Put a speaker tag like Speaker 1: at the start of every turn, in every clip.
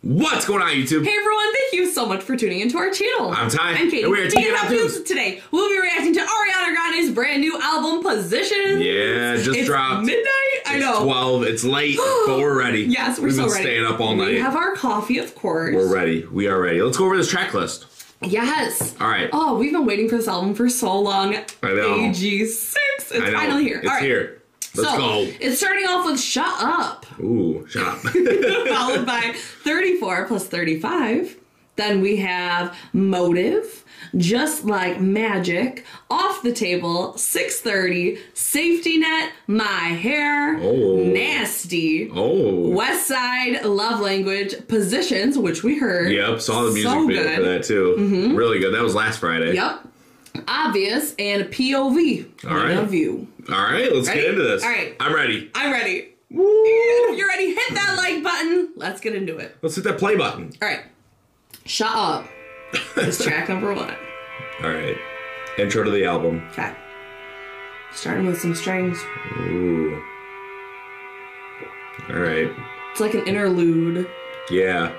Speaker 1: What's going on, YouTube?
Speaker 2: Hey everyone, thank you so much for tuning into our channel.
Speaker 1: I'm Ty.
Speaker 2: I'm Katie.
Speaker 1: And we're at
Speaker 2: Speaking
Speaker 1: TNF
Speaker 2: of
Speaker 1: Tunes.
Speaker 2: tunes, today we'll be reacting to Ariana Grande's brand new album, Position.
Speaker 1: Yeah, just
Speaker 2: it's
Speaker 1: dropped.
Speaker 2: Midnight? I
Speaker 1: It's
Speaker 2: know.
Speaker 1: 12. It's late, but we're ready.
Speaker 2: Yes, we're
Speaker 1: We've
Speaker 2: so
Speaker 1: been
Speaker 2: ready.
Speaker 1: staying up all night.
Speaker 2: We have our coffee, of course.
Speaker 1: we're ready. We are ready. Let's go over this track list.
Speaker 2: Yes.
Speaker 1: All right.
Speaker 2: Oh, we've been waiting for this album for so long.
Speaker 1: I know.
Speaker 2: AG6. It's
Speaker 1: I know.
Speaker 2: finally here.
Speaker 1: It's
Speaker 2: All right.
Speaker 1: here. Let's
Speaker 2: so,
Speaker 1: go.
Speaker 2: It's starting off with Shut Up,
Speaker 1: Ooh, shut up.
Speaker 2: followed by 34 plus 35. Then we have Motive, Just Like Magic, Off the Table, 630, Safety Net, My Hair,
Speaker 1: Oh.
Speaker 2: Nasty,
Speaker 1: oh.
Speaker 2: West Side, Love Language, Positions, which we heard.
Speaker 1: Yep, saw the music
Speaker 2: So
Speaker 1: video
Speaker 2: good. Mm-hmm.
Speaker 1: for that too. Really good. That was last Friday.
Speaker 2: Yep. Obvious and POV.
Speaker 1: All
Speaker 2: Point
Speaker 1: right.
Speaker 2: of view.
Speaker 1: All right, let's
Speaker 2: Ready?
Speaker 1: get into this.
Speaker 2: All right.
Speaker 1: I'm ready.
Speaker 2: I'm ready.
Speaker 1: Woo!
Speaker 2: If you're ready, hit that like button. Let's get into it.
Speaker 1: Let's hit that play button.
Speaker 2: All right. Shut up. It's track number one.
Speaker 1: All right. Intro to the album.
Speaker 2: Okay. Starting with some strings.
Speaker 1: Ooh. All right.
Speaker 2: It's like an interlude.
Speaker 1: Yeah.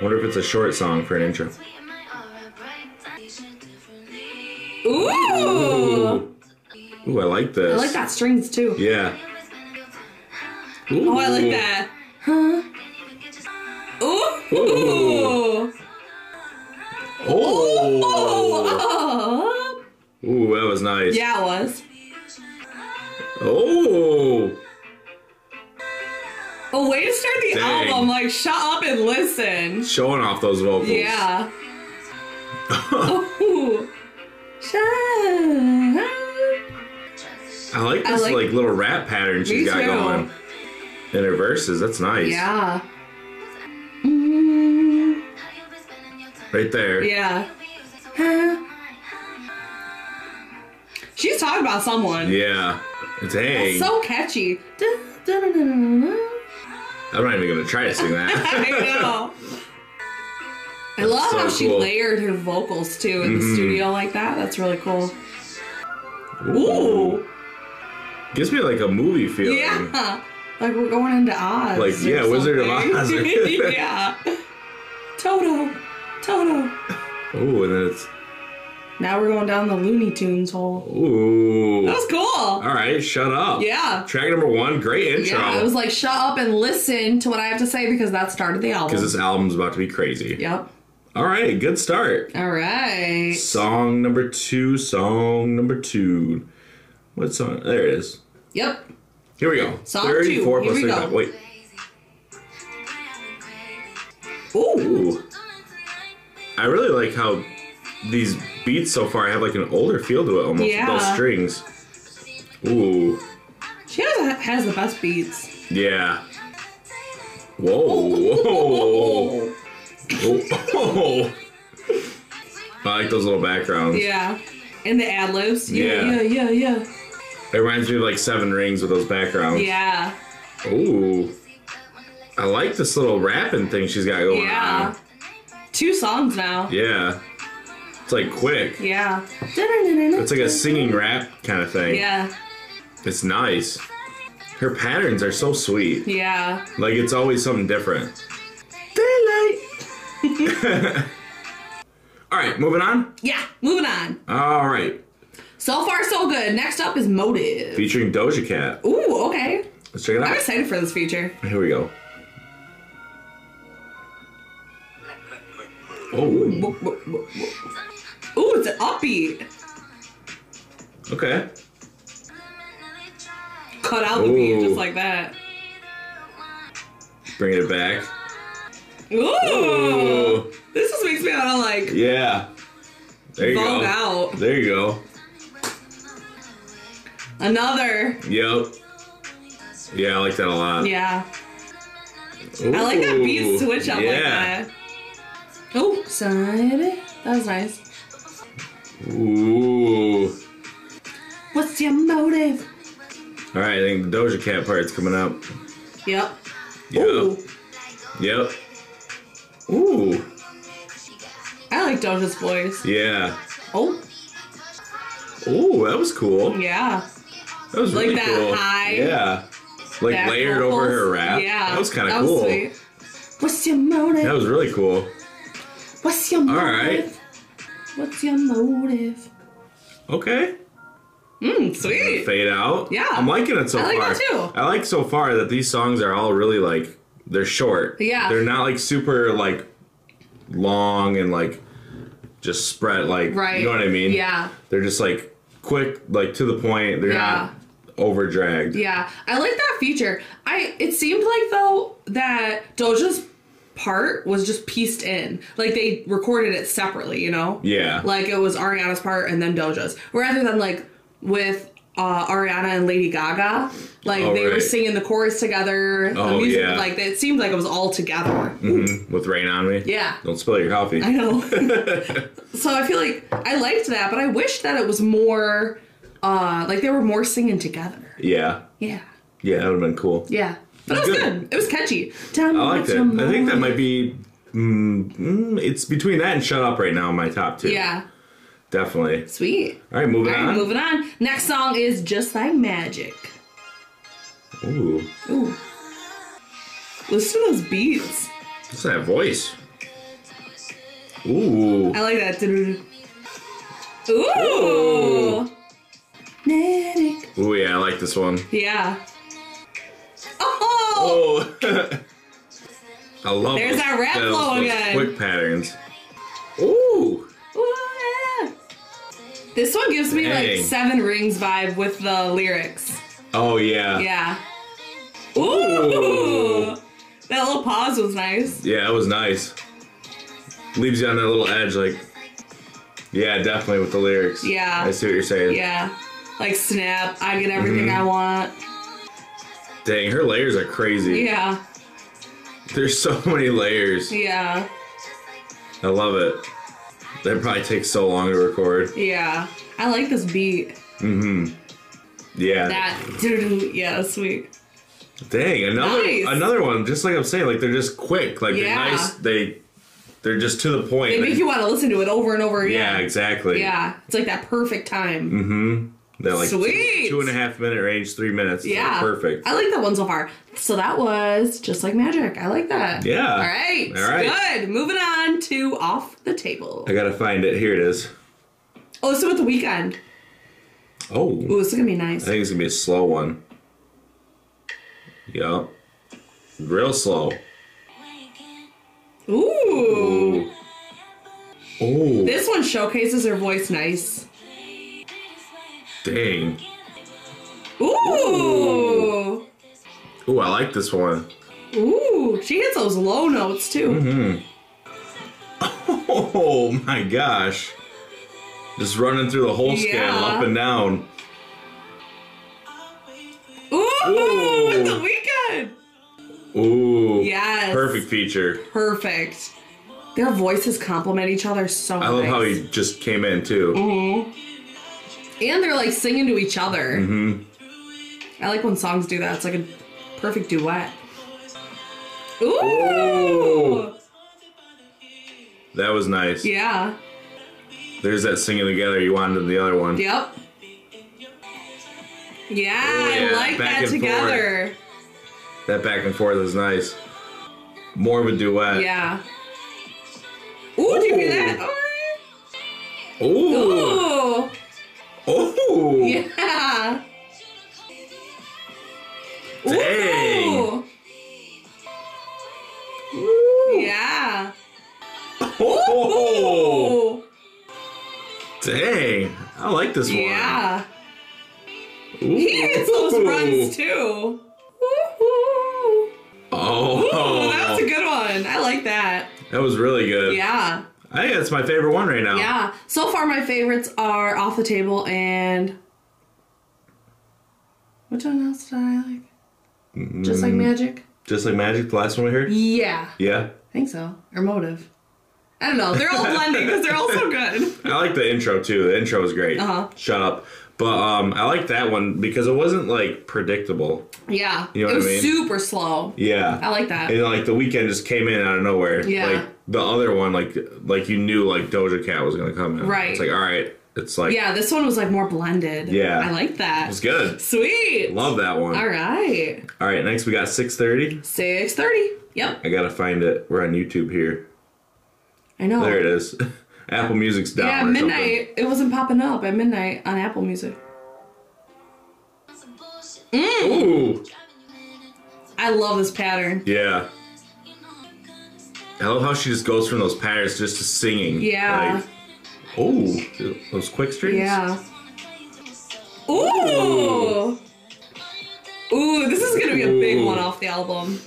Speaker 1: Wonder if it's a short song for an intro.
Speaker 2: Ooh!
Speaker 1: Ooh, I like this.
Speaker 2: I like that strings too.
Speaker 1: Yeah.
Speaker 2: Oh, I like that. Ooh!
Speaker 1: Ooh. Oh.
Speaker 2: Oh.
Speaker 1: Ooh, that was nice.
Speaker 2: Yeah, it was.
Speaker 1: Oh.
Speaker 2: A way to start the
Speaker 1: Dang.
Speaker 2: album. Like, shut up and listen.
Speaker 1: Showing off those vocals.
Speaker 2: Yeah. Ooh. Shine.
Speaker 1: I like
Speaker 2: I
Speaker 1: this
Speaker 2: like-
Speaker 1: like, little rap pattern she's got
Speaker 2: too.
Speaker 1: going in her verses. That's nice.
Speaker 2: Yeah. Mm,
Speaker 1: Right there.
Speaker 2: yeah. She's talking about someone.
Speaker 1: Yeah. Dang.
Speaker 2: So catchy. Dun, dun, dun, dun, dun.
Speaker 1: I'm not even gonna try to sing that.
Speaker 2: I know. I love
Speaker 1: so
Speaker 2: how she
Speaker 1: cool. Mm-hmm.
Speaker 2: layered her vocals too in the studio like that. That's really cool. Ooh.
Speaker 1: Gives me like a movie feeling.
Speaker 2: Yeah. Like we're going into Oz.
Speaker 1: Like,
Speaker 2: or
Speaker 1: yeah, Wizard of
Speaker 2: something.
Speaker 1: Oz.
Speaker 2: yeah. Toto. Toto.
Speaker 1: Ooh, and then it's
Speaker 2: Now we're going down the Looney Tunes hole.
Speaker 1: ooh.
Speaker 2: That was cool.
Speaker 1: All right, shut up.
Speaker 2: Yeah.
Speaker 1: Track number one, great intro.
Speaker 2: Yeah, it was like shut up and listen to what I have to say because that started the album.
Speaker 1: because this album's about to be crazy.
Speaker 2: yep.
Speaker 1: All right, good start.
Speaker 2: All right.
Speaker 1: Song number two, song number two. What song? There it is.
Speaker 2: Yep.
Speaker 1: Here we go.
Speaker 2: Song two,
Speaker 1: 34
Speaker 2: here
Speaker 1: plus
Speaker 2: we go.
Speaker 1: 35. Wait.
Speaker 2: Ooh.
Speaker 1: Ooh. I really like how these beats so far have like an older feel to it almost. with
Speaker 2: Yeah.
Speaker 1: Those strings. Ooh.
Speaker 2: She has, has the best beats.
Speaker 1: Yeah. Whoa. Whoa. Whoa. I like those little backgrounds.
Speaker 2: Yeah. And the ad libs. Yeah, yeah,
Speaker 1: Yeah.
Speaker 2: yeah, yeah.
Speaker 1: It reminds me of like Seven Rings with those backgrounds.
Speaker 2: Yeah.
Speaker 1: Ooh. I like this little rapping thing she's got going
Speaker 2: Yeah. Two songs now.
Speaker 1: on. Yeah. It's like quick.
Speaker 2: Yeah.
Speaker 1: It's like a singing rap kind of thing.
Speaker 2: Yeah.
Speaker 1: It's nice. Her patterns are so sweet.
Speaker 2: Yeah.
Speaker 1: Like it's always something different. All right, moving on.
Speaker 2: Yeah. Moving on.
Speaker 1: All right.
Speaker 2: So far, so good. Next up is Motive.
Speaker 1: Featuring Doja Cat.
Speaker 2: Ooh, okay.
Speaker 1: Let's check it
Speaker 2: I'm
Speaker 1: out.
Speaker 2: excited for this feature.
Speaker 1: Here we go. Oh,
Speaker 2: Ooh, it's an upbeat.
Speaker 1: okay.
Speaker 2: Cut out the beat
Speaker 1: Ooh.
Speaker 2: just like that.
Speaker 1: Bringing it back.
Speaker 2: Ooh.
Speaker 1: Ooh.
Speaker 2: This just makes me want to like
Speaker 1: Yeah. There you
Speaker 2: bone
Speaker 1: go.
Speaker 2: out.
Speaker 1: There you go.
Speaker 2: Another.
Speaker 1: Yep. Yeah, I like that a lot.
Speaker 2: Yeah. I like that
Speaker 1: Ooh,
Speaker 2: beat switch up like
Speaker 1: yeah.
Speaker 2: that. Oh, side. That was nice.
Speaker 1: Ooh.
Speaker 2: What's your motive?
Speaker 1: All right, I think the Doja Cat part's coming up.
Speaker 2: Yep.
Speaker 1: Yep.
Speaker 2: Ooh,
Speaker 1: Yep. Ooh.
Speaker 2: I like Doja's voice.
Speaker 1: Yeah.
Speaker 2: Oh,
Speaker 1: Ooh, that was cool.
Speaker 2: yeah.
Speaker 1: That was
Speaker 2: Like
Speaker 1: really
Speaker 2: that
Speaker 1: cool.
Speaker 2: high
Speaker 1: Yeah. Like
Speaker 2: Back
Speaker 1: layered
Speaker 2: vocals.
Speaker 1: over her rap.
Speaker 2: Yeah.
Speaker 1: That was kind
Speaker 2: That
Speaker 1: of cool.
Speaker 2: sweet. What's your motive?
Speaker 1: That was really cool.
Speaker 2: What's your motive?
Speaker 1: right.
Speaker 2: What's your motive?
Speaker 1: Okay.
Speaker 2: Mm, sweet.
Speaker 1: Fade out.
Speaker 2: Yeah.
Speaker 1: I'm liking it so
Speaker 2: I like
Speaker 1: far.
Speaker 2: that too.
Speaker 1: I like so far that these songs are all really like they're short.
Speaker 2: Yeah.
Speaker 1: They're not like super like long and like just spread like
Speaker 2: Right.
Speaker 1: you know what I mean?
Speaker 2: Yeah.
Speaker 1: They're just like quick, like to the point. They're
Speaker 2: Yeah.
Speaker 1: not over dragged.
Speaker 2: Yeah, I like that feature. I it seemed like though that Doja's part was just pieced in. Like they recorded it separately, you know?
Speaker 1: Yeah.
Speaker 2: Like it was Ariana's part and then Doja's. Rather than like with uh, Ariana and Lady Gaga, like
Speaker 1: Oh,
Speaker 2: they were
Speaker 1: right.
Speaker 2: singing the chorus together. the
Speaker 1: Oh,
Speaker 2: music,
Speaker 1: yeah.
Speaker 2: Like it seemed like it was all together.
Speaker 1: Mhm. With rain on me.
Speaker 2: Yeah.
Speaker 1: Don't spill your coffee.
Speaker 2: I know. so I feel like I liked that, but I wish that it was more uh like they were more singing together.
Speaker 1: yeah.
Speaker 2: Yeah.
Speaker 1: Yeah, that would have been cool.
Speaker 2: Yeah. But it
Speaker 1: It's
Speaker 2: was
Speaker 1: good.
Speaker 2: good. It was catchy. Tell me
Speaker 1: I liked
Speaker 2: what's
Speaker 1: it.
Speaker 2: your
Speaker 1: I think that
Speaker 2: motive.
Speaker 1: might be. Mm, mm, it's between that and Shut Up right now, my top two.
Speaker 2: Yeah.
Speaker 1: Definitely.
Speaker 2: Sweet.
Speaker 1: All right, moving
Speaker 2: All right, moving on. Next song is Just Like Magic.
Speaker 1: on. Ooh,
Speaker 2: Ooh. Listen to those beats.
Speaker 1: what's that voice? Ooh,
Speaker 2: I like that. Ooh. Magic.
Speaker 1: ooh, yeah, I like this one.
Speaker 2: Yeah. Oh.
Speaker 1: Oh, I love.
Speaker 2: There's
Speaker 1: those-
Speaker 2: that rap
Speaker 1: those-
Speaker 2: flow
Speaker 1: those
Speaker 2: again.
Speaker 1: Quick patterns. Ooh,
Speaker 2: Ooh, yeah. This one gives me
Speaker 1: Dang.
Speaker 2: like Seven Rings vibe with the lyrics.
Speaker 1: oh yeah,
Speaker 2: Yeah. Ooh.
Speaker 1: Ooh.
Speaker 2: That little pause was nice.
Speaker 1: yeah, that was nice. Leaves you on that little edge, like. Yeah, definitely with the lyrics.
Speaker 2: Yeah.
Speaker 1: I see what you're saying.
Speaker 2: Yeah. Like snap, I get everything
Speaker 1: Mm-hmm.
Speaker 2: I want.
Speaker 1: Dang, her layers are crazy.
Speaker 2: Yeah.
Speaker 1: There's so many layers.
Speaker 2: Yeah.
Speaker 1: I love it. That probably takes so long to record.
Speaker 2: Yeah. I like this beat.
Speaker 1: Yeah.
Speaker 2: That doo-doo. yeah, that's sweet.
Speaker 1: Dang, another
Speaker 2: Nice.
Speaker 1: another one. Just like I'm saying, like they're just quick. Like
Speaker 2: Yeah.
Speaker 1: they're nice. They they're just to the point.
Speaker 2: They make you want to listen to it over and over
Speaker 1: yeah, Mm-hmm.
Speaker 2: again.
Speaker 1: exactly.
Speaker 2: Yeah. It's like that perfect time.
Speaker 1: They're like
Speaker 2: Sweet.
Speaker 1: Two, two and a half minute range, three minutes. It's, like,
Speaker 2: Yeah.
Speaker 1: perfect.
Speaker 2: I like that one so far. So that was just like magic. I like that.
Speaker 1: Yeah.
Speaker 2: All right.
Speaker 1: All right.
Speaker 2: Good. Moving on to off the table.
Speaker 1: I gotta find it. Here it is.
Speaker 2: Oh, so with the weekend.
Speaker 1: Oh,
Speaker 2: Ooh, this is gonna be nice.
Speaker 1: I think it's gonna be a slow one. Yup. Real slow.
Speaker 2: Ooh.
Speaker 1: Oh,
Speaker 2: This one showcases her voice nice.
Speaker 1: dang.
Speaker 2: Ooh.
Speaker 1: Ooh, I like this one.
Speaker 2: Ooh. She hits those low notes too.
Speaker 1: Mm-hmm. Oh my gosh. Just running through the whole scale,
Speaker 2: Yeah.
Speaker 1: up and down.
Speaker 2: Ooh.
Speaker 1: Ooh.
Speaker 2: With the weekend.
Speaker 1: Ooh.
Speaker 2: Yes.
Speaker 1: Perfect feature.
Speaker 2: Perfect. Their voices complement each other so much.
Speaker 1: I love how he just came in too.
Speaker 2: Mm-hmm. And they're like singing to each other. Mm-hmm.
Speaker 1: Mm-hmm.
Speaker 2: I like when songs do that. It's like a perfect duet. Ooh.
Speaker 1: Ooh. That was nice.
Speaker 2: Yeah.
Speaker 1: There's that singing together you wanted in the other one.
Speaker 2: Yep. Yeah,
Speaker 1: Oh, yeah,
Speaker 2: I like
Speaker 1: back
Speaker 2: that
Speaker 1: and
Speaker 2: together.
Speaker 1: That back and forth is nice. More of a duet.
Speaker 2: Yeah. Ooh, did you hear
Speaker 1: Ooh.
Speaker 2: that?
Speaker 1: Ooh.
Speaker 2: Ooh.
Speaker 1: Ooh.
Speaker 2: Yeah.
Speaker 1: Dang.
Speaker 2: Ooh. Yeah.
Speaker 1: Oh.
Speaker 2: Ooh.
Speaker 1: Dang. I like this one.
Speaker 2: Yeah.
Speaker 1: Ooh.
Speaker 2: He hits those runs too. Woohoo.
Speaker 1: Oh.
Speaker 2: Ooh, that was a good one. I like that.
Speaker 1: That was really good.
Speaker 2: Yeah.
Speaker 1: I think that's my favorite one right now.
Speaker 2: Yeah. So far, my favorites are Off the Table and. Which one else did I like? Just
Speaker 1: Mm.
Speaker 2: like Magic?
Speaker 1: Just like Magic, the last one we heard?
Speaker 2: Yeah.
Speaker 1: Yeah.
Speaker 2: I think so. Or Motive. I don't know. They're all blending because they're all so good.
Speaker 1: I like the intro too. The intro is great.
Speaker 2: Uh-huh.
Speaker 1: Shut up. But um, I like that one because it wasn't like predictable.
Speaker 2: Yeah.
Speaker 1: You know what
Speaker 2: it
Speaker 1: I
Speaker 2: was
Speaker 1: mean?
Speaker 2: super slow.
Speaker 1: Yeah.
Speaker 2: I like that.
Speaker 1: and like the weekend just came in out of nowhere.
Speaker 2: Yeah.
Speaker 1: Like the other one, like like you knew like Doja Cat was gonna come in.
Speaker 2: Right.
Speaker 1: It's like all right. It's like
Speaker 2: yeah, this one was like more blended.
Speaker 1: Yeah.
Speaker 2: I like that.
Speaker 1: It's good.
Speaker 2: Sweet.
Speaker 1: Love that one.
Speaker 2: All right.
Speaker 1: All right. Next we got six thirty.
Speaker 2: 6.30. Yep.
Speaker 1: I gotta find it. We're on YouTube here.
Speaker 2: I know.
Speaker 1: There it is. Apple Music's down.
Speaker 2: Oh. Yeah,
Speaker 1: or something.
Speaker 2: midnight. It wasn't popping up at midnight on Apple Music.
Speaker 1: Ooh.
Speaker 2: I love this pattern.
Speaker 1: Yeah. I love how she just goes from those patterns just to singing.
Speaker 2: Yeah.
Speaker 1: Like, oh, those quick strings.
Speaker 2: Yeah. Ooh. Ooh, this is gonna be a big
Speaker 1: Ooh.
Speaker 2: one off the album.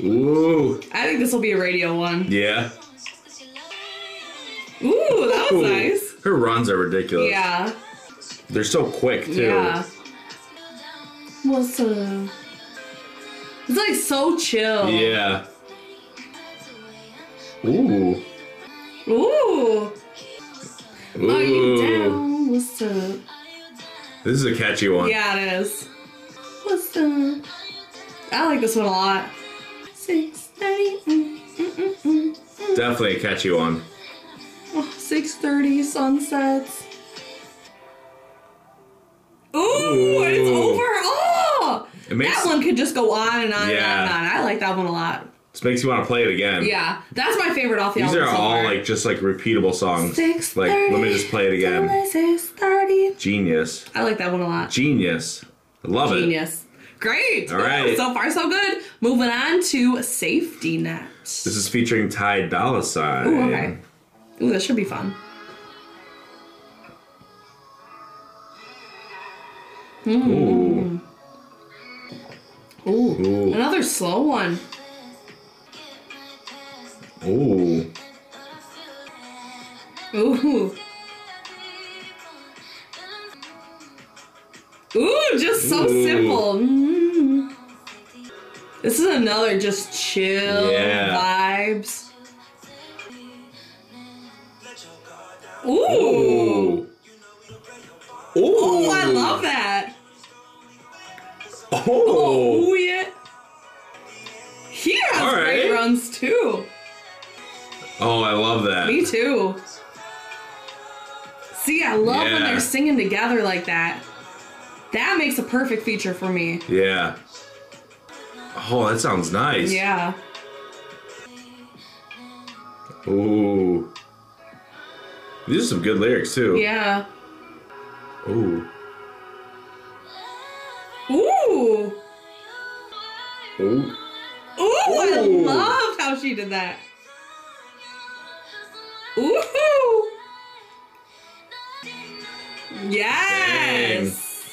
Speaker 1: Ooh.
Speaker 2: I think this will be a radio one.
Speaker 1: Yeah.
Speaker 2: Ooh, that was
Speaker 1: Ooh.
Speaker 2: nice.
Speaker 1: Her runs are ridiculous.
Speaker 2: Yeah.
Speaker 1: They're so quick too.
Speaker 2: Yeah. What's up? It's like so chill.
Speaker 1: Yeah. Ooh.
Speaker 2: Ooh.
Speaker 1: Ooh.
Speaker 2: Are Oh, you down? What's up?
Speaker 1: This is a catchy one.
Speaker 2: Yeah, it is. What's up? I like this one a lot. Six thirty. Mm, mm, mm, mm.
Speaker 1: Definitely a catchy one.
Speaker 2: Oh, Six thirty sunsets. Ooh, and it's
Speaker 1: Ooh.
Speaker 2: over. Oh,
Speaker 1: It makes-
Speaker 2: that one could just go on and on
Speaker 1: Yeah.
Speaker 2: and on and on. I like that one a lot.
Speaker 1: This makes you want to play it again.
Speaker 2: Yeah, that's my favorite off the
Speaker 1: These
Speaker 2: album.
Speaker 1: are
Speaker 2: so
Speaker 1: all
Speaker 2: far.
Speaker 1: like just like repeatable songs.
Speaker 2: six.
Speaker 1: Like, let me just play it again.
Speaker 2: Six thirty.
Speaker 1: Genius.
Speaker 2: I like that one a lot.
Speaker 1: Genius. I love it.
Speaker 2: Genius. Great.
Speaker 1: All right.
Speaker 2: So far, so good. Moving on to safety net.
Speaker 1: This is featuring Ty Dolla Sign.
Speaker 2: Ooh, okay. Ooh, that should be fun.
Speaker 1: Ooh.
Speaker 2: Ooh.
Speaker 1: Ooh.
Speaker 2: Another slow one.
Speaker 1: Ooh.
Speaker 2: Ooh. Ooh, just so
Speaker 1: Ooh.
Speaker 2: simple. Mm. This is another just chill
Speaker 1: Yeah.
Speaker 2: vibes.
Speaker 1: Ooh.
Speaker 2: Ooh. Ooh, I love that.
Speaker 1: Oh.
Speaker 2: Ooh, yeah. He has
Speaker 1: All
Speaker 2: great
Speaker 1: right.
Speaker 2: runs too.
Speaker 1: Oh, I love that.
Speaker 2: Me too. See, I love when
Speaker 1: Yeah.
Speaker 2: they're singing together like that. That makes a perfect feature for me.
Speaker 1: Yeah. Oh, that sounds nice.
Speaker 2: Yeah.
Speaker 1: Ooh. These are some good lyrics too.
Speaker 2: Yeah.
Speaker 1: Ooh.
Speaker 2: Ooh.
Speaker 1: Ooh.
Speaker 2: Ooh, I
Speaker 1: Ooh.
Speaker 2: loved how she did that. Ooh. Yes.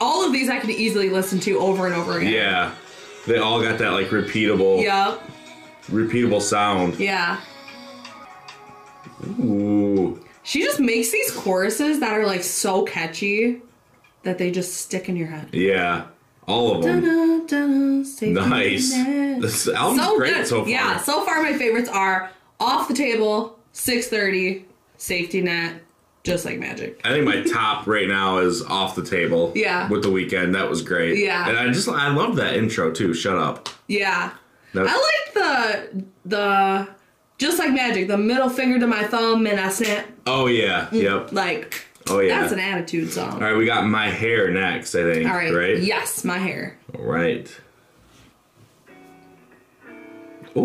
Speaker 2: All of these I could easily listen to over and over again.
Speaker 1: Yeah. They all got that like repeatable,
Speaker 2: Yup.
Speaker 1: repeatable sound.
Speaker 2: Yeah.
Speaker 1: Ooh.
Speaker 2: She just makes these choruses that are like so catchy that they just stick in your head.
Speaker 1: Yeah. All of them.
Speaker 2: Dun-dun, dun-dun, safety
Speaker 1: Nice.
Speaker 2: net.
Speaker 1: This album's
Speaker 2: So
Speaker 1: great
Speaker 2: good.
Speaker 1: so far.
Speaker 2: Yeah, so far my favorites are Off the Table, 630, Safety Net, Just Like Magic.
Speaker 1: I think my top right now is off the table.
Speaker 2: Yeah.
Speaker 1: With the weekend, that was great.
Speaker 2: Yeah.
Speaker 1: And I just I love that intro too. Shut up.
Speaker 2: Yeah.
Speaker 1: That-
Speaker 2: I like the the Just Like Magic, the middle finger to my thumb and I snap.
Speaker 1: oh yeah. Yep.
Speaker 2: Like
Speaker 1: Oh yeah.
Speaker 2: Mm. that's an attitude song.
Speaker 1: All right, we got my hair next. I think.
Speaker 2: All right.
Speaker 1: Right.
Speaker 2: Yes, my hair.
Speaker 1: All right. Ooh.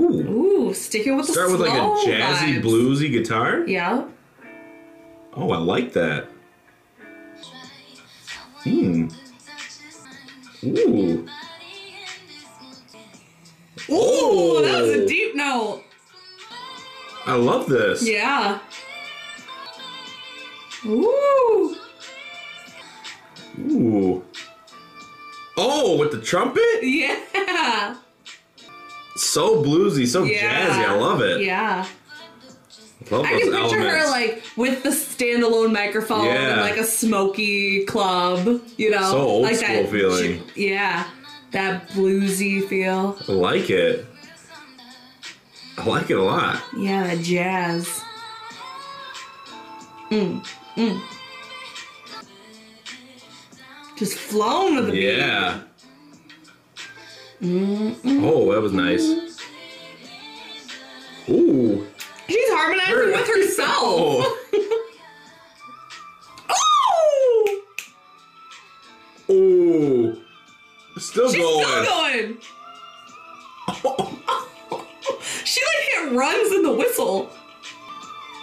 Speaker 2: Ooh, sticking with the
Speaker 1: Start with like a
Speaker 2: slow
Speaker 1: jazzy
Speaker 2: vibes.
Speaker 1: bluesy guitar.
Speaker 2: Yeah.
Speaker 1: Oh, I like that. Hmm. Ooh.
Speaker 2: Ooh,
Speaker 1: Oh,
Speaker 2: that was a deep note.
Speaker 1: I love this.
Speaker 2: Yeah. Ooh.
Speaker 1: Ooh. Oh, with the trumpet?
Speaker 2: Yeah.
Speaker 1: So bluesy, so
Speaker 2: Yeah.
Speaker 1: jazzy. I love it.
Speaker 2: Yeah.
Speaker 1: Love
Speaker 2: I
Speaker 1: those
Speaker 2: can picture
Speaker 1: elements.
Speaker 2: her like with the standalone microphone and
Speaker 1: Yeah.
Speaker 2: like a smoky club, you know?
Speaker 1: So old
Speaker 2: like
Speaker 1: school feeling.
Speaker 2: Yeah. That bluesy feel.
Speaker 1: I like it. I like it a lot.
Speaker 2: Yeah, that jazz. Mm. Mm. Just flown with the beat.
Speaker 1: Yeah. Oh, that was nice. Ooh.
Speaker 2: She's harmonizing
Speaker 1: Her-
Speaker 2: with herself.
Speaker 1: Oh.
Speaker 2: Oh!
Speaker 1: Ooh. Still
Speaker 2: She's
Speaker 1: going.
Speaker 2: still going. it runs in the whistle.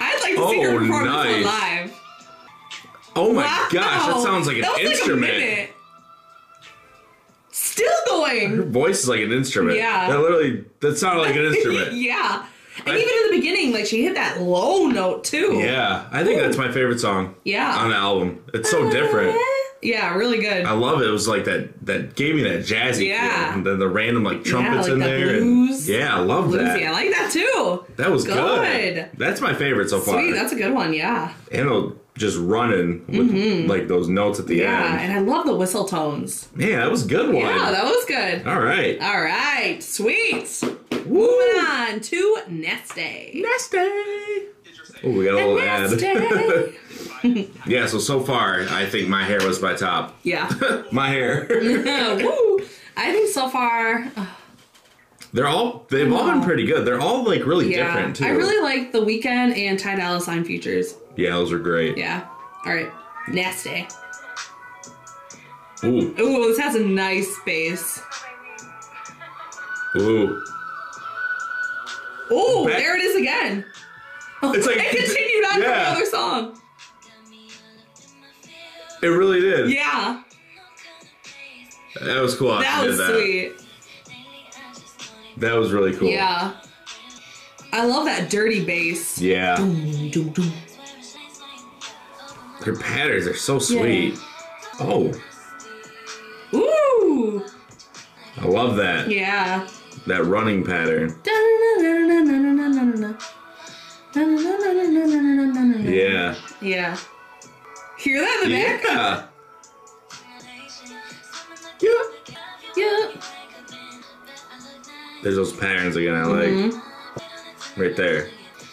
Speaker 2: I'd like to see her
Speaker 1: Oh,
Speaker 2: perform this one
Speaker 1: nice.
Speaker 2: live.
Speaker 1: Oh my
Speaker 2: Wow.
Speaker 1: gosh, that sounds like an
Speaker 2: That was
Speaker 1: instrument.
Speaker 2: Like a minute. Still going.
Speaker 1: Her voice is like an instrument.
Speaker 2: Yeah.
Speaker 1: That literally that sounded like an instrument.
Speaker 2: yeah. And
Speaker 1: I-
Speaker 2: even in the beginning, like she hit that low note too.
Speaker 1: yeah. I think that's my favorite song.
Speaker 2: Yeah.
Speaker 1: On the album. It's so different.
Speaker 2: Yeah, really good.
Speaker 1: I love it. It was like that that gave me that jazzy
Speaker 2: Yeah.
Speaker 1: feel. And then the random like trumpets
Speaker 2: like
Speaker 1: in
Speaker 2: the
Speaker 1: there.
Speaker 2: blues.
Speaker 1: And, yeah, I love
Speaker 2: Lucy, I
Speaker 1: that.
Speaker 2: like that too.
Speaker 1: That was good.
Speaker 2: Good.
Speaker 1: That's my favorite so far.
Speaker 2: Sweet, that's a good one. Yeah.
Speaker 1: and it'll just running with like those notes at the
Speaker 2: Mm-hmm. Yeah,
Speaker 1: end.
Speaker 2: and I love the whistle tones.
Speaker 1: Man, that was a good one.
Speaker 2: Yeah, that was good.
Speaker 1: All right.
Speaker 2: All right, sweet. Moving
Speaker 1: Woo!
Speaker 2: on to Neste.
Speaker 1: Nasty. Oh, we got a little ad.
Speaker 2: Neste.
Speaker 1: yeah, so so far, I think my hair was my top.
Speaker 2: yeah.
Speaker 1: My hair.
Speaker 2: Woo. I think so far, uh,
Speaker 1: They're all they've all been pretty good. They're all like really
Speaker 2: yeah.
Speaker 1: different too.
Speaker 2: I really like The Weekend and Ty Dolla Sign features.
Speaker 1: yeah, those are great.
Speaker 2: Yeah. All right. Nasty.
Speaker 1: Ooh,
Speaker 2: Ooh, this has a nice bass.
Speaker 1: ooh.
Speaker 2: Ooh,
Speaker 1: Back-
Speaker 2: there it is again.
Speaker 1: It's like-
Speaker 2: it continued on to
Speaker 1: yeah.
Speaker 2: the other song.
Speaker 1: It really did.
Speaker 2: Yeah,
Speaker 1: That was cool. how
Speaker 2: that
Speaker 1: she
Speaker 2: was
Speaker 1: did
Speaker 2: sweet.
Speaker 1: That was really cool.
Speaker 2: Yeah, I love that dirty bass.
Speaker 1: Yeah.
Speaker 2: Doom, doom, doom.
Speaker 1: Her patterns are so sweet. Oh,
Speaker 2: Ooh,
Speaker 1: I love that.
Speaker 2: yeah.
Speaker 1: That running pattern. Yeah.
Speaker 2: Yeah. Hear that in the back?
Speaker 1: Yeah.
Speaker 2: Yeah.
Speaker 1: There's those patterns again I like.
Speaker 2: Mm-hmm.
Speaker 1: Right there.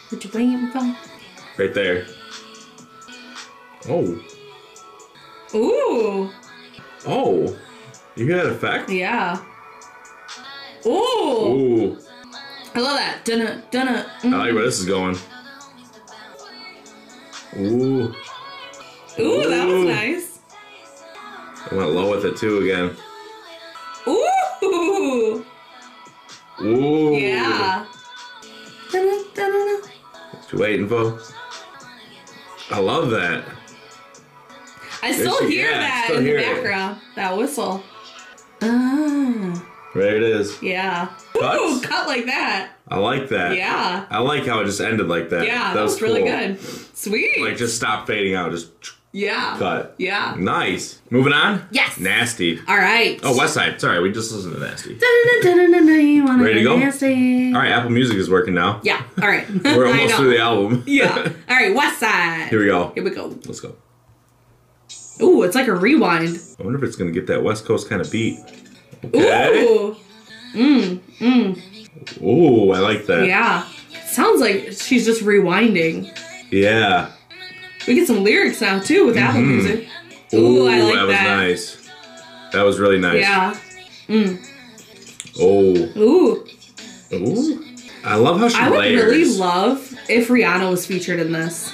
Speaker 2: What you waiting for?
Speaker 1: Right there. Oh.
Speaker 2: Ooh.
Speaker 1: Oh. You hear that effect?
Speaker 2: Yeah. Ooh.
Speaker 1: Ooh.
Speaker 2: I love that. Mm. Dunna, dunna.
Speaker 1: I like where this is going. Ooh.
Speaker 2: Ooh, that was
Speaker 1: Ooh.
Speaker 2: nice.
Speaker 1: I went low with it too again.
Speaker 2: Ooh.
Speaker 1: Ooh.
Speaker 2: Yeah. Dunna, dunna, dunna.
Speaker 1: What you waiting for? I love that.
Speaker 2: I still
Speaker 1: she-
Speaker 2: hear
Speaker 1: yeah, I
Speaker 2: that
Speaker 1: still
Speaker 2: in
Speaker 1: hear
Speaker 2: the
Speaker 1: it.
Speaker 2: background. That whistle. Ah.
Speaker 1: There it is.
Speaker 2: Yeah. Ooh,
Speaker 1: Cuts?
Speaker 2: cut like that.
Speaker 1: I like that.
Speaker 2: Yeah.
Speaker 1: I like how it just ended like that.
Speaker 2: Yeah, that, was, really
Speaker 1: cool.
Speaker 2: good. Sweet.
Speaker 1: Like just stop fading out. Just
Speaker 2: yeah.
Speaker 1: cut.
Speaker 2: Yeah.
Speaker 1: Nice. Moving on.
Speaker 2: Yes.
Speaker 1: Nasty.
Speaker 2: All right.
Speaker 1: Oh, West Side. Sorry, we just listened to Nasty.
Speaker 2: Ready
Speaker 1: Ready to go? All right, Apple Music is working now.
Speaker 2: Yeah. All right.
Speaker 1: We're
Speaker 2: I
Speaker 1: almost
Speaker 2: know.
Speaker 1: through the album.
Speaker 2: Yeah. All right. West Side.
Speaker 1: Here we go.
Speaker 2: Here we go.
Speaker 1: Let's go.
Speaker 2: Ooh, it's like a rewind.
Speaker 1: I wonder if it's gonna get that West Coast kind of beat. Okay.
Speaker 2: Ooh. Mm. Mm.
Speaker 1: Ooh, I like that.
Speaker 2: Yeah. Sounds like she's just rewinding.
Speaker 1: Yeah.
Speaker 2: We get some lyrics now too with Apple Music. Ooh, I like
Speaker 1: that was
Speaker 2: that.
Speaker 1: nice. That was really nice.
Speaker 2: Yeah. Mm.
Speaker 1: Oh.
Speaker 2: Ooh.
Speaker 1: Ooh. I love how she
Speaker 2: I would
Speaker 1: layers.
Speaker 2: really love if Rihanna was featured in this.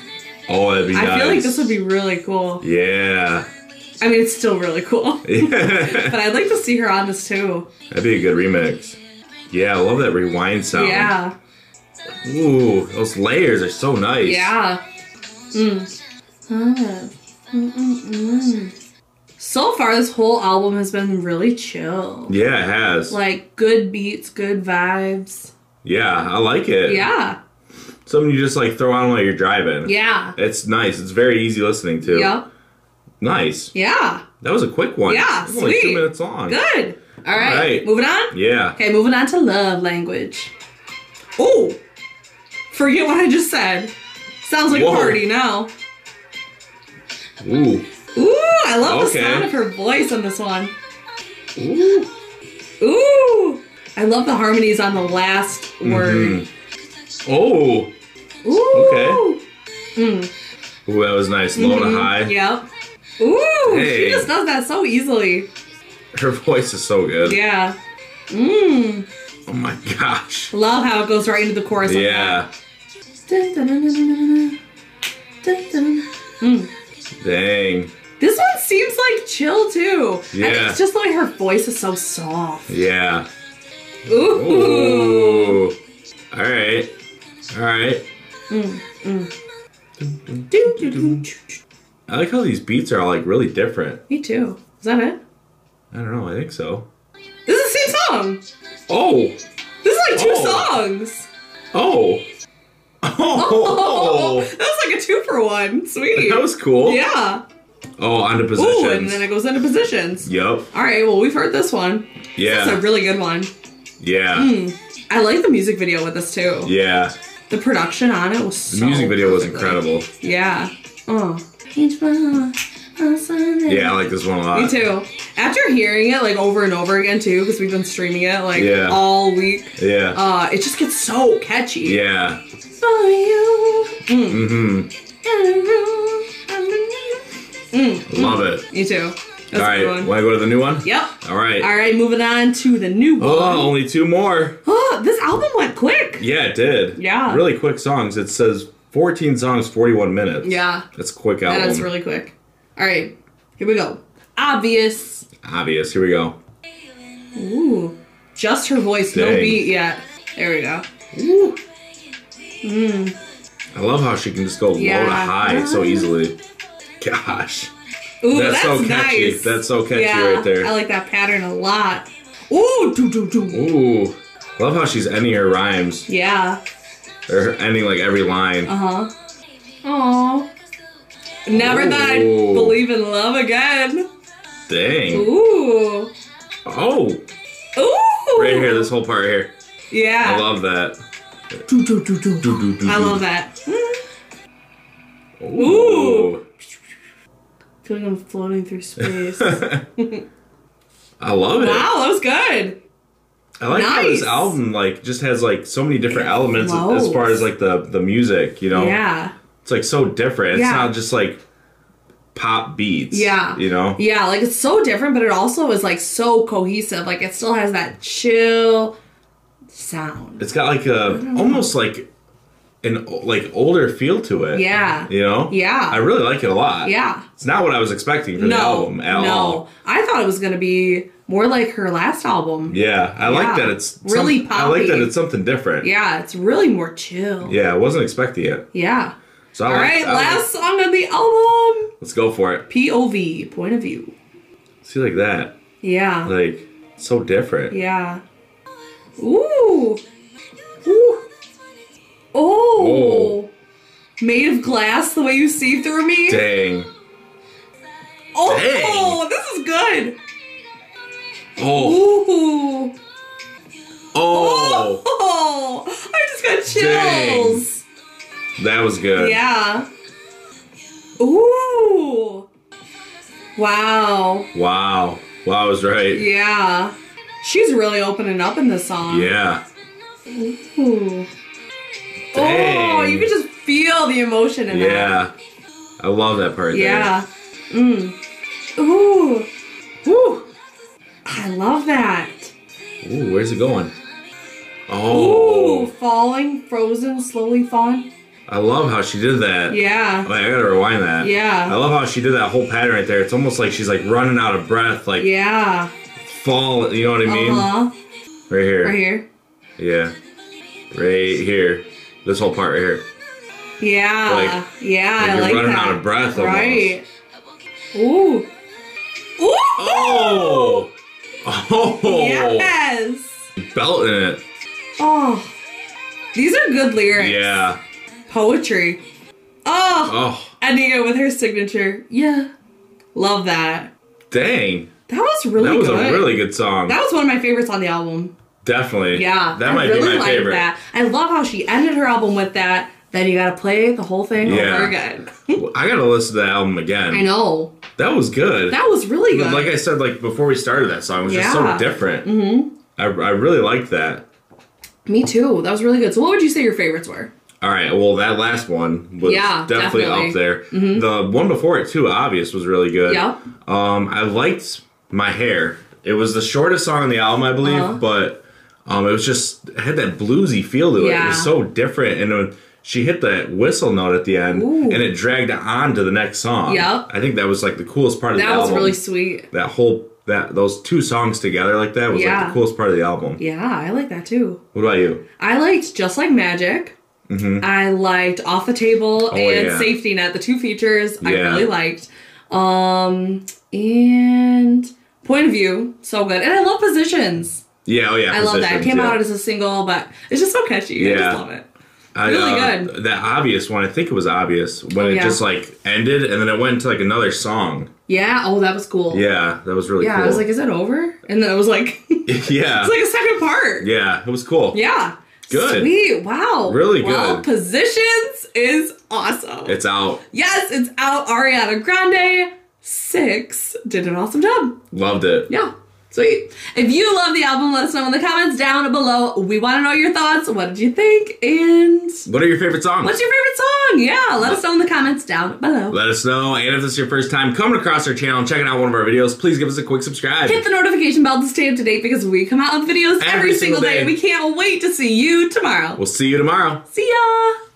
Speaker 1: oh, that'd be nice.
Speaker 2: I feel like this would be really cool.
Speaker 1: Yeah.
Speaker 2: I mean, it's still really cool.
Speaker 1: that'd
Speaker 2: But I'd like to see her on this too.
Speaker 1: be a good remix. Yeah, I love that rewind sound.
Speaker 2: Yeah.
Speaker 1: Ooh, those layers are so nice.
Speaker 2: Yeah. Mm. Ah. Mm, mm, mm. So far, this whole album has been really chill.
Speaker 1: Yeah, it has.
Speaker 2: Like good beats, good vibes.
Speaker 1: yeah, I like it.
Speaker 2: Yeah.
Speaker 1: Something you just like throw on while you're driving.
Speaker 2: Yeah.
Speaker 1: It's nice. It's very easy listening to.
Speaker 2: Yep.
Speaker 1: Nice.
Speaker 2: Yeah.
Speaker 1: That was a quick one.
Speaker 2: Yeah,
Speaker 1: It was only two
Speaker 2: sweet.
Speaker 1: minutes long.
Speaker 2: Good. All right.
Speaker 1: right.
Speaker 2: Moving on.
Speaker 1: Yeah.
Speaker 2: Okay, moving on to love language. Oh, forget what I just said. Sounds like
Speaker 1: Whoa.
Speaker 2: a party now.
Speaker 1: Ooh.
Speaker 2: Ooh, I love
Speaker 1: Okay.
Speaker 2: the sound of her voice on this one.
Speaker 1: Ooh.
Speaker 2: Ooh, I love the harmonies on the last
Speaker 1: Mm-hmm.
Speaker 2: word.
Speaker 1: Oh.
Speaker 2: Ooh. Mm.
Speaker 1: Ooh, that was nice. Low to
Speaker 2: Mhm.
Speaker 1: high.
Speaker 2: Yep. Ooh,
Speaker 1: Hey.
Speaker 2: she just does that so easily.
Speaker 1: Her voice is so good.
Speaker 2: Yeah. Mmm.
Speaker 1: Oh my gosh.
Speaker 2: Love how it goes right into the chorus. like
Speaker 1: Yeah.
Speaker 2: that. Dun, dun, dun, dun, dun, dun, dun. Dun, dun. Mm.
Speaker 1: Dang.
Speaker 2: This one seems like chill too. I think
Speaker 1: Yeah.
Speaker 2: it's just like her voice is so soft.
Speaker 1: Yeah.
Speaker 2: Ooh.
Speaker 1: Ooh. All right. I like how these beats are all like really different.
Speaker 2: Me too. Is that it?
Speaker 1: I don't know. I think so.
Speaker 2: This is the same song.
Speaker 1: Oh,
Speaker 2: This is like two
Speaker 1: Oh.
Speaker 2: songs.
Speaker 1: oh, oh!
Speaker 2: Oh, that was like a two for one. Sweet.
Speaker 1: That was cool.
Speaker 2: Yeah.
Speaker 1: Oh, onto positions.
Speaker 2: Ooh, and then it goes into positions.
Speaker 1: Yep.
Speaker 2: All right. Well, we've heard this one.
Speaker 1: Yeah.
Speaker 2: That's a Hmm. really good one.
Speaker 1: yeah.
Speaker 2: I like the music video with this too.
Speaker 1: Yeah.
Speaker 2: The production on it was so
Speaker 1: The music video was
Speaker 2: perfectly-
Speaker 1: incredible.
Speaker 2: Yeah. Oh. Each one on Sunday.
Speaker 1: Yeah, I like this one a lot.
Speaker 2: Me too. After hearing it like over and over again too, because we've been streaming it like
Speaker 1: Yeah.
Speaker 2: all week,
Speaker 1: Yeah.
Speaker 2: uh, it just gets so catchy.
Speaker 1: yeah.
Speaker 2: For you. Mm.
Speaker 1: Mm-hmm.
Speaker 2: in a room underneath. Mm.
Speaker 1: Love it.
Speaker 2: Me too. That's
Speaker 1: All
Speaker 2: a
Speaker 1: right.
Speaker 2: good one.
Speaker 1: Want to go to the new one?
Speaker 2: Yep.
Speaker 1: All right.
Speaker 2: All right, moving on to the new one.
Speaker 1: Oh, only two more.
Speaker 2: Oh, this album went quick.
Speaker 1: Yeah, it did.
Speaker 2: Yeah.
Speaker 1: Really quick songs. It says 14 songs, 41 minutes.
Speaker 2: Yeah.
Speaker 1: That's a quick album.
Speaker 2: That is really quick. All right, here we go. Obvious.
Speaker 1: obvious. Here we go.
Speaker 2: Ooh, just her voice, no
Speaker 1: Dang.
Speaker 2: beat yet. There we go. Ooh,
Speaker 1: I love how she can just go low to
Speaker 2: Yeah.
Speaker 1: high so easily. Gosh.
Speaker 2: Ooh
Speaker 1: That's
Speaker 2: that's,
Speaker 1: so catchy.
Speaker 2: nice.
Speaker 1: That's so catchy
Speaker 2: yeah,
Speaker 1: right there.
Speaker 2: I like that pattern a lot. Ooh, do do do.
Speaker 1: Ooh. Love how she's ending her rhymes.
Speaker 2: Yeah.
Speaker 1: Or ending like every line.
Speaker 2: Uh huh. Oh. Never thought I'd
Speaker 1: Ooh.
Speaker 2: believe in love again.
Speaker 1: Dang.
Speaker 2: Ooh.
Speaker 1: Oh.
Speaker 2: Ooh.
Speaker 1: Right here, this whole part here.
Speaker 2: Yeah.
Speaker 1: I love that.
Speaker 2: do, do, do,
Speaker 1: Do,
Speaker 2: do.
Speaker 1: do, do,
Speaker 2: I
Speaker 1: do.
Speaker 2: love that. Mm.
Speaker 1: Ooh.
Speaker 2: Feeling I'm floating through space. wow,
Speaker 1: I love it.
Speaker 2: that was good.
Speaker 1: I like how this
Speaker 2: Nice.
Speaker 1: album like just has like so many different elements
Speaker 2: flows.
Speaker 1: as far as like the the music, you know.
Speaker 2: Yeah.
Speaker 1: It's like so different. It's
Speaker 2: Yeah.
Speaker 1: not just like pop beats.
Speaker 2: Yeah.
Speaker 1: You know?
Speaker 2: Yeah, like it's so different, but it also is like so cohesive. Like it still has that chill sound.
Speaker 1: It's got like a almost like an o- like older feel to it.
Speaker 2: Yeah.
Speaker 1: You know?
Speaker 2: Yeah.
Speaker 1: I really like it a lot.
Speaker 2: Yeah.
Speaker 1: It's not what I was expecting for the
Speaker 2: No.
Speaker 1: album at
Speaker 2: No.
Speaker 1: all.
Speaker 2: I thought it was going to be more like her last album.
Speaker 1: Yeah. I like
Speaker 2: Yeah.
Speaker 1: that it's
Speaker 2: Really
Speaker 1: some- I like that
Speaker 2: poppy.
Speaker 1: it's something different.
Speaker 2: Yeah, it's really more chill.
Speaker 1: Yeah, I wasn't expecting it.
Speaker 2: Yeah.
Speaker 1: So I
Speaker 2: All
Speaker 1: like-
Speaker 2: right,
Speaker 1: I like-
Speaker 2: last song on the album
Speaker 1: let's go for it.
Speaker 2: POV, point of view.
Speaker 1: See like that.
Speaker 2: Yeah.
Speaker 1: Like so different.
Speaker 2: Yeah. Ooh. Ooh. Oh.
Speaker 1: Oh.
Speaker 2: Made of glass, the way you see through me.
Speaker 1: Dang.
Speaker 2: Oh,
Speaker 1: Dang.
Speaker 2: this is good.
Speaker 1: Oh.
Speaker 2: Ooh.
Speaker 1: Oh.
Speaker 2: Oh. I just got chills.
Speaker 1: That was good.
Speaker 2: Yeah. Ooh. Wow.
Speaker 1: Wow. Wow, I was right.
Speaker 2: Yeah. She's really opening up in this song.
Speaker 1: Yeah.
Speaker 2: Ooh. Oh,
Speaker 1: Dang.
Speaker 2: you can just feel the emotion in that.
Speaker 1: Yeah. I love that part
Speaker 2: Yeah. Mm. Ooh. Ooh. I love that.
Speaker 1: there. Ooh, where's it going?
Speaker 2: Ooh,
Speaker 1: Oh.
Speaker 2: falling, frozen, slowly falling.
Speaker 1: I love how she did that.
Speaker 2: Yeah.
Speaker 1: Wait, I gotta rewind that.
Speaker 2: Yeah.
Speaker 1: I love how she did that whole pattern right there. It's almost like she's like running out of breath, like
Speaker 2: Yeah.
Speaker 1: fall. You know what I mean?
Speaker 2: Uh huh.
Speaker 1: Right here.
Speaker 2: Right here.
Speaker 1: Yeah. Right here. This whole part right here.
Speaker 2: Yeah.
Speaker 1: Like,
Speaker 2: yeah.
Speaker 1: like
Speaker 2: I
Speaker 1: you're
Speaker 2: like
Speaker 1: running
Speaker 2: that.
Speaker 1: out of breath almost.
Speaker 2: Right. Ooh. Ooh.
Speaker 1: Oh. Oh.
Speaker 2: Yes.
Speaker 1: Belting it.
Speaker 2: Oh. These are good lyrics.
Speaker 1: Yeah.
Speaker 2: Poetry. Oh.
Speaker 1: Oh.
Speaker 2: Ending it with her signature. Yeah. Love that.
Speaker 1: Dang.
Speaker 2: That was really
Speaker 1: That was
Speaker 2: good.
Speaker 1: a really good song.
Speaker 2: That was one of my favorites on the album.
Speaker 1: Definitely.
Speaker 2: Yeah.
Speaker 1: That
Speaker 2: I
Speaker 1: might
Speaker 2: really
Speaker 1: be my
Speaker 2: liked
Speaker 1: favorite.
Speaker 2: That. I love how she ended her album with that. Then you gotta play the whole thing
Speaker 1: Yeah.
Speaker 2: over again.
Speaker 1: I gotta listen to that album again.
Speaker 2: I know.
Speaker 1: That was good.
Speaker 2: That was really good.
Speaker 1: Like I said, like before we started that song, it was just so
Speaker 2: Yeah.
Speaker 1: different. Mm-hmm. I, I really liked that.
Speaker 2: Me too. That was really good. So what would you say your favorites were?
Speaker 1: All right, well that last one was
Speaker 2: Yeah,
Speaker 1: definitely,
Speaker 2: definitely. Mm-hmm.
Speaker 1: up there. The one before it too, obvious, was really good.
Speaker 2: Yep.
Speaker 1: Um, I liked my hair. It was the shortest song on the album, I believe,
Speaker 2: Uh-huh.
Speaker 1: but um, it was just it had that bluesy feel to it. It
Speaker 2: Yeah.
Speaker 1: was so different, and when she hit that whistle note at the end,
Speaker 2: Ooh.
Speaker 1: and it dragged on to the next song.
Speaker 2: Yep.
Speaker 1: I think that was like the coolest part of the
Speaker 2: That was
Speaker 1: album.
Speaker 2: really sweet.
Speaker 1: that whole that those two songs together like that was like
Speaker 2: Yeah.
Speaker 1: the coolest part of the album.
Speaker 2: Yeah, I like that too.
Speaker 1: What about you?
Speaker 2: I liked Just Like Magic. I liked Off the Table and
Speaker 1: Mm-hmm. Oh, yeah.
Speaker 2: Safety Net, the two features I
Speaker 1: Yeah.
Speaker 2: really liked. Um, and Point of View, so good. And I love Positions.
Speaker 1: Yeah, oh yeah.
Speaker 2: I love that. It
Speaker 1: Positions,
Speaker 2: came
Speaker 1: yeah.
Speaker 2: out as a single, but it's just so catchy. I
Speaker 1: Yeah.
Speaker 2: just love it.
Speaker 1: I,
Speaker 2: really
Speaker 1: uh,
Speaker 2: good. Oh,
Speaker 1: That obvious one, I think it was obvious when it
Speaker 2: yeah.
Speaker 1: just like ended and then it went to like another song.
Speaker 2: Yeah. Oh, that was cool.
Speaker 1: Yeah, that was really
Speaker 2: Yeah,
Speaker 1: cool.
Speaker 2: I was like, is that over? And then it was like, it's
Speaker 1: yeah,
Speaker 2: like a second part.
Speaker 1: yeah, it was cool.
Speaker 2: Yeah.
Speaker 1: Good.
Speaker 2: Sweet. Wow.
Speaker 1: Really
Speaker 2: Well,
Speaker 1: good.
Speaker 2: Positions is awesome.
Speaker 1: It's out.
Speaker 2: yes, it's out. Ariana Grande, six, did an awesome job.
Speaker 1: Loved it.
Speaker 2: Yeah. Sweet. If you love the album, let us know in the comments down below. We want to know your thoughts. What did you think? And
Speaker 1: What are your favorite songs?
Speaker 2: what's your favorite song? Yeah, let us know in the comments down below.
Speaker 1: Let us know. And if this is your first time coming across our channel and checking out one of our videos, please give us a quick subscribe.
Speaker 2: Hit the notification bell to stay up to date because we come out with videos every, single day. We can't wait to see you tomorrow.
Speaker 1: We'll see you tomorrow.
Speaker 2: See ya!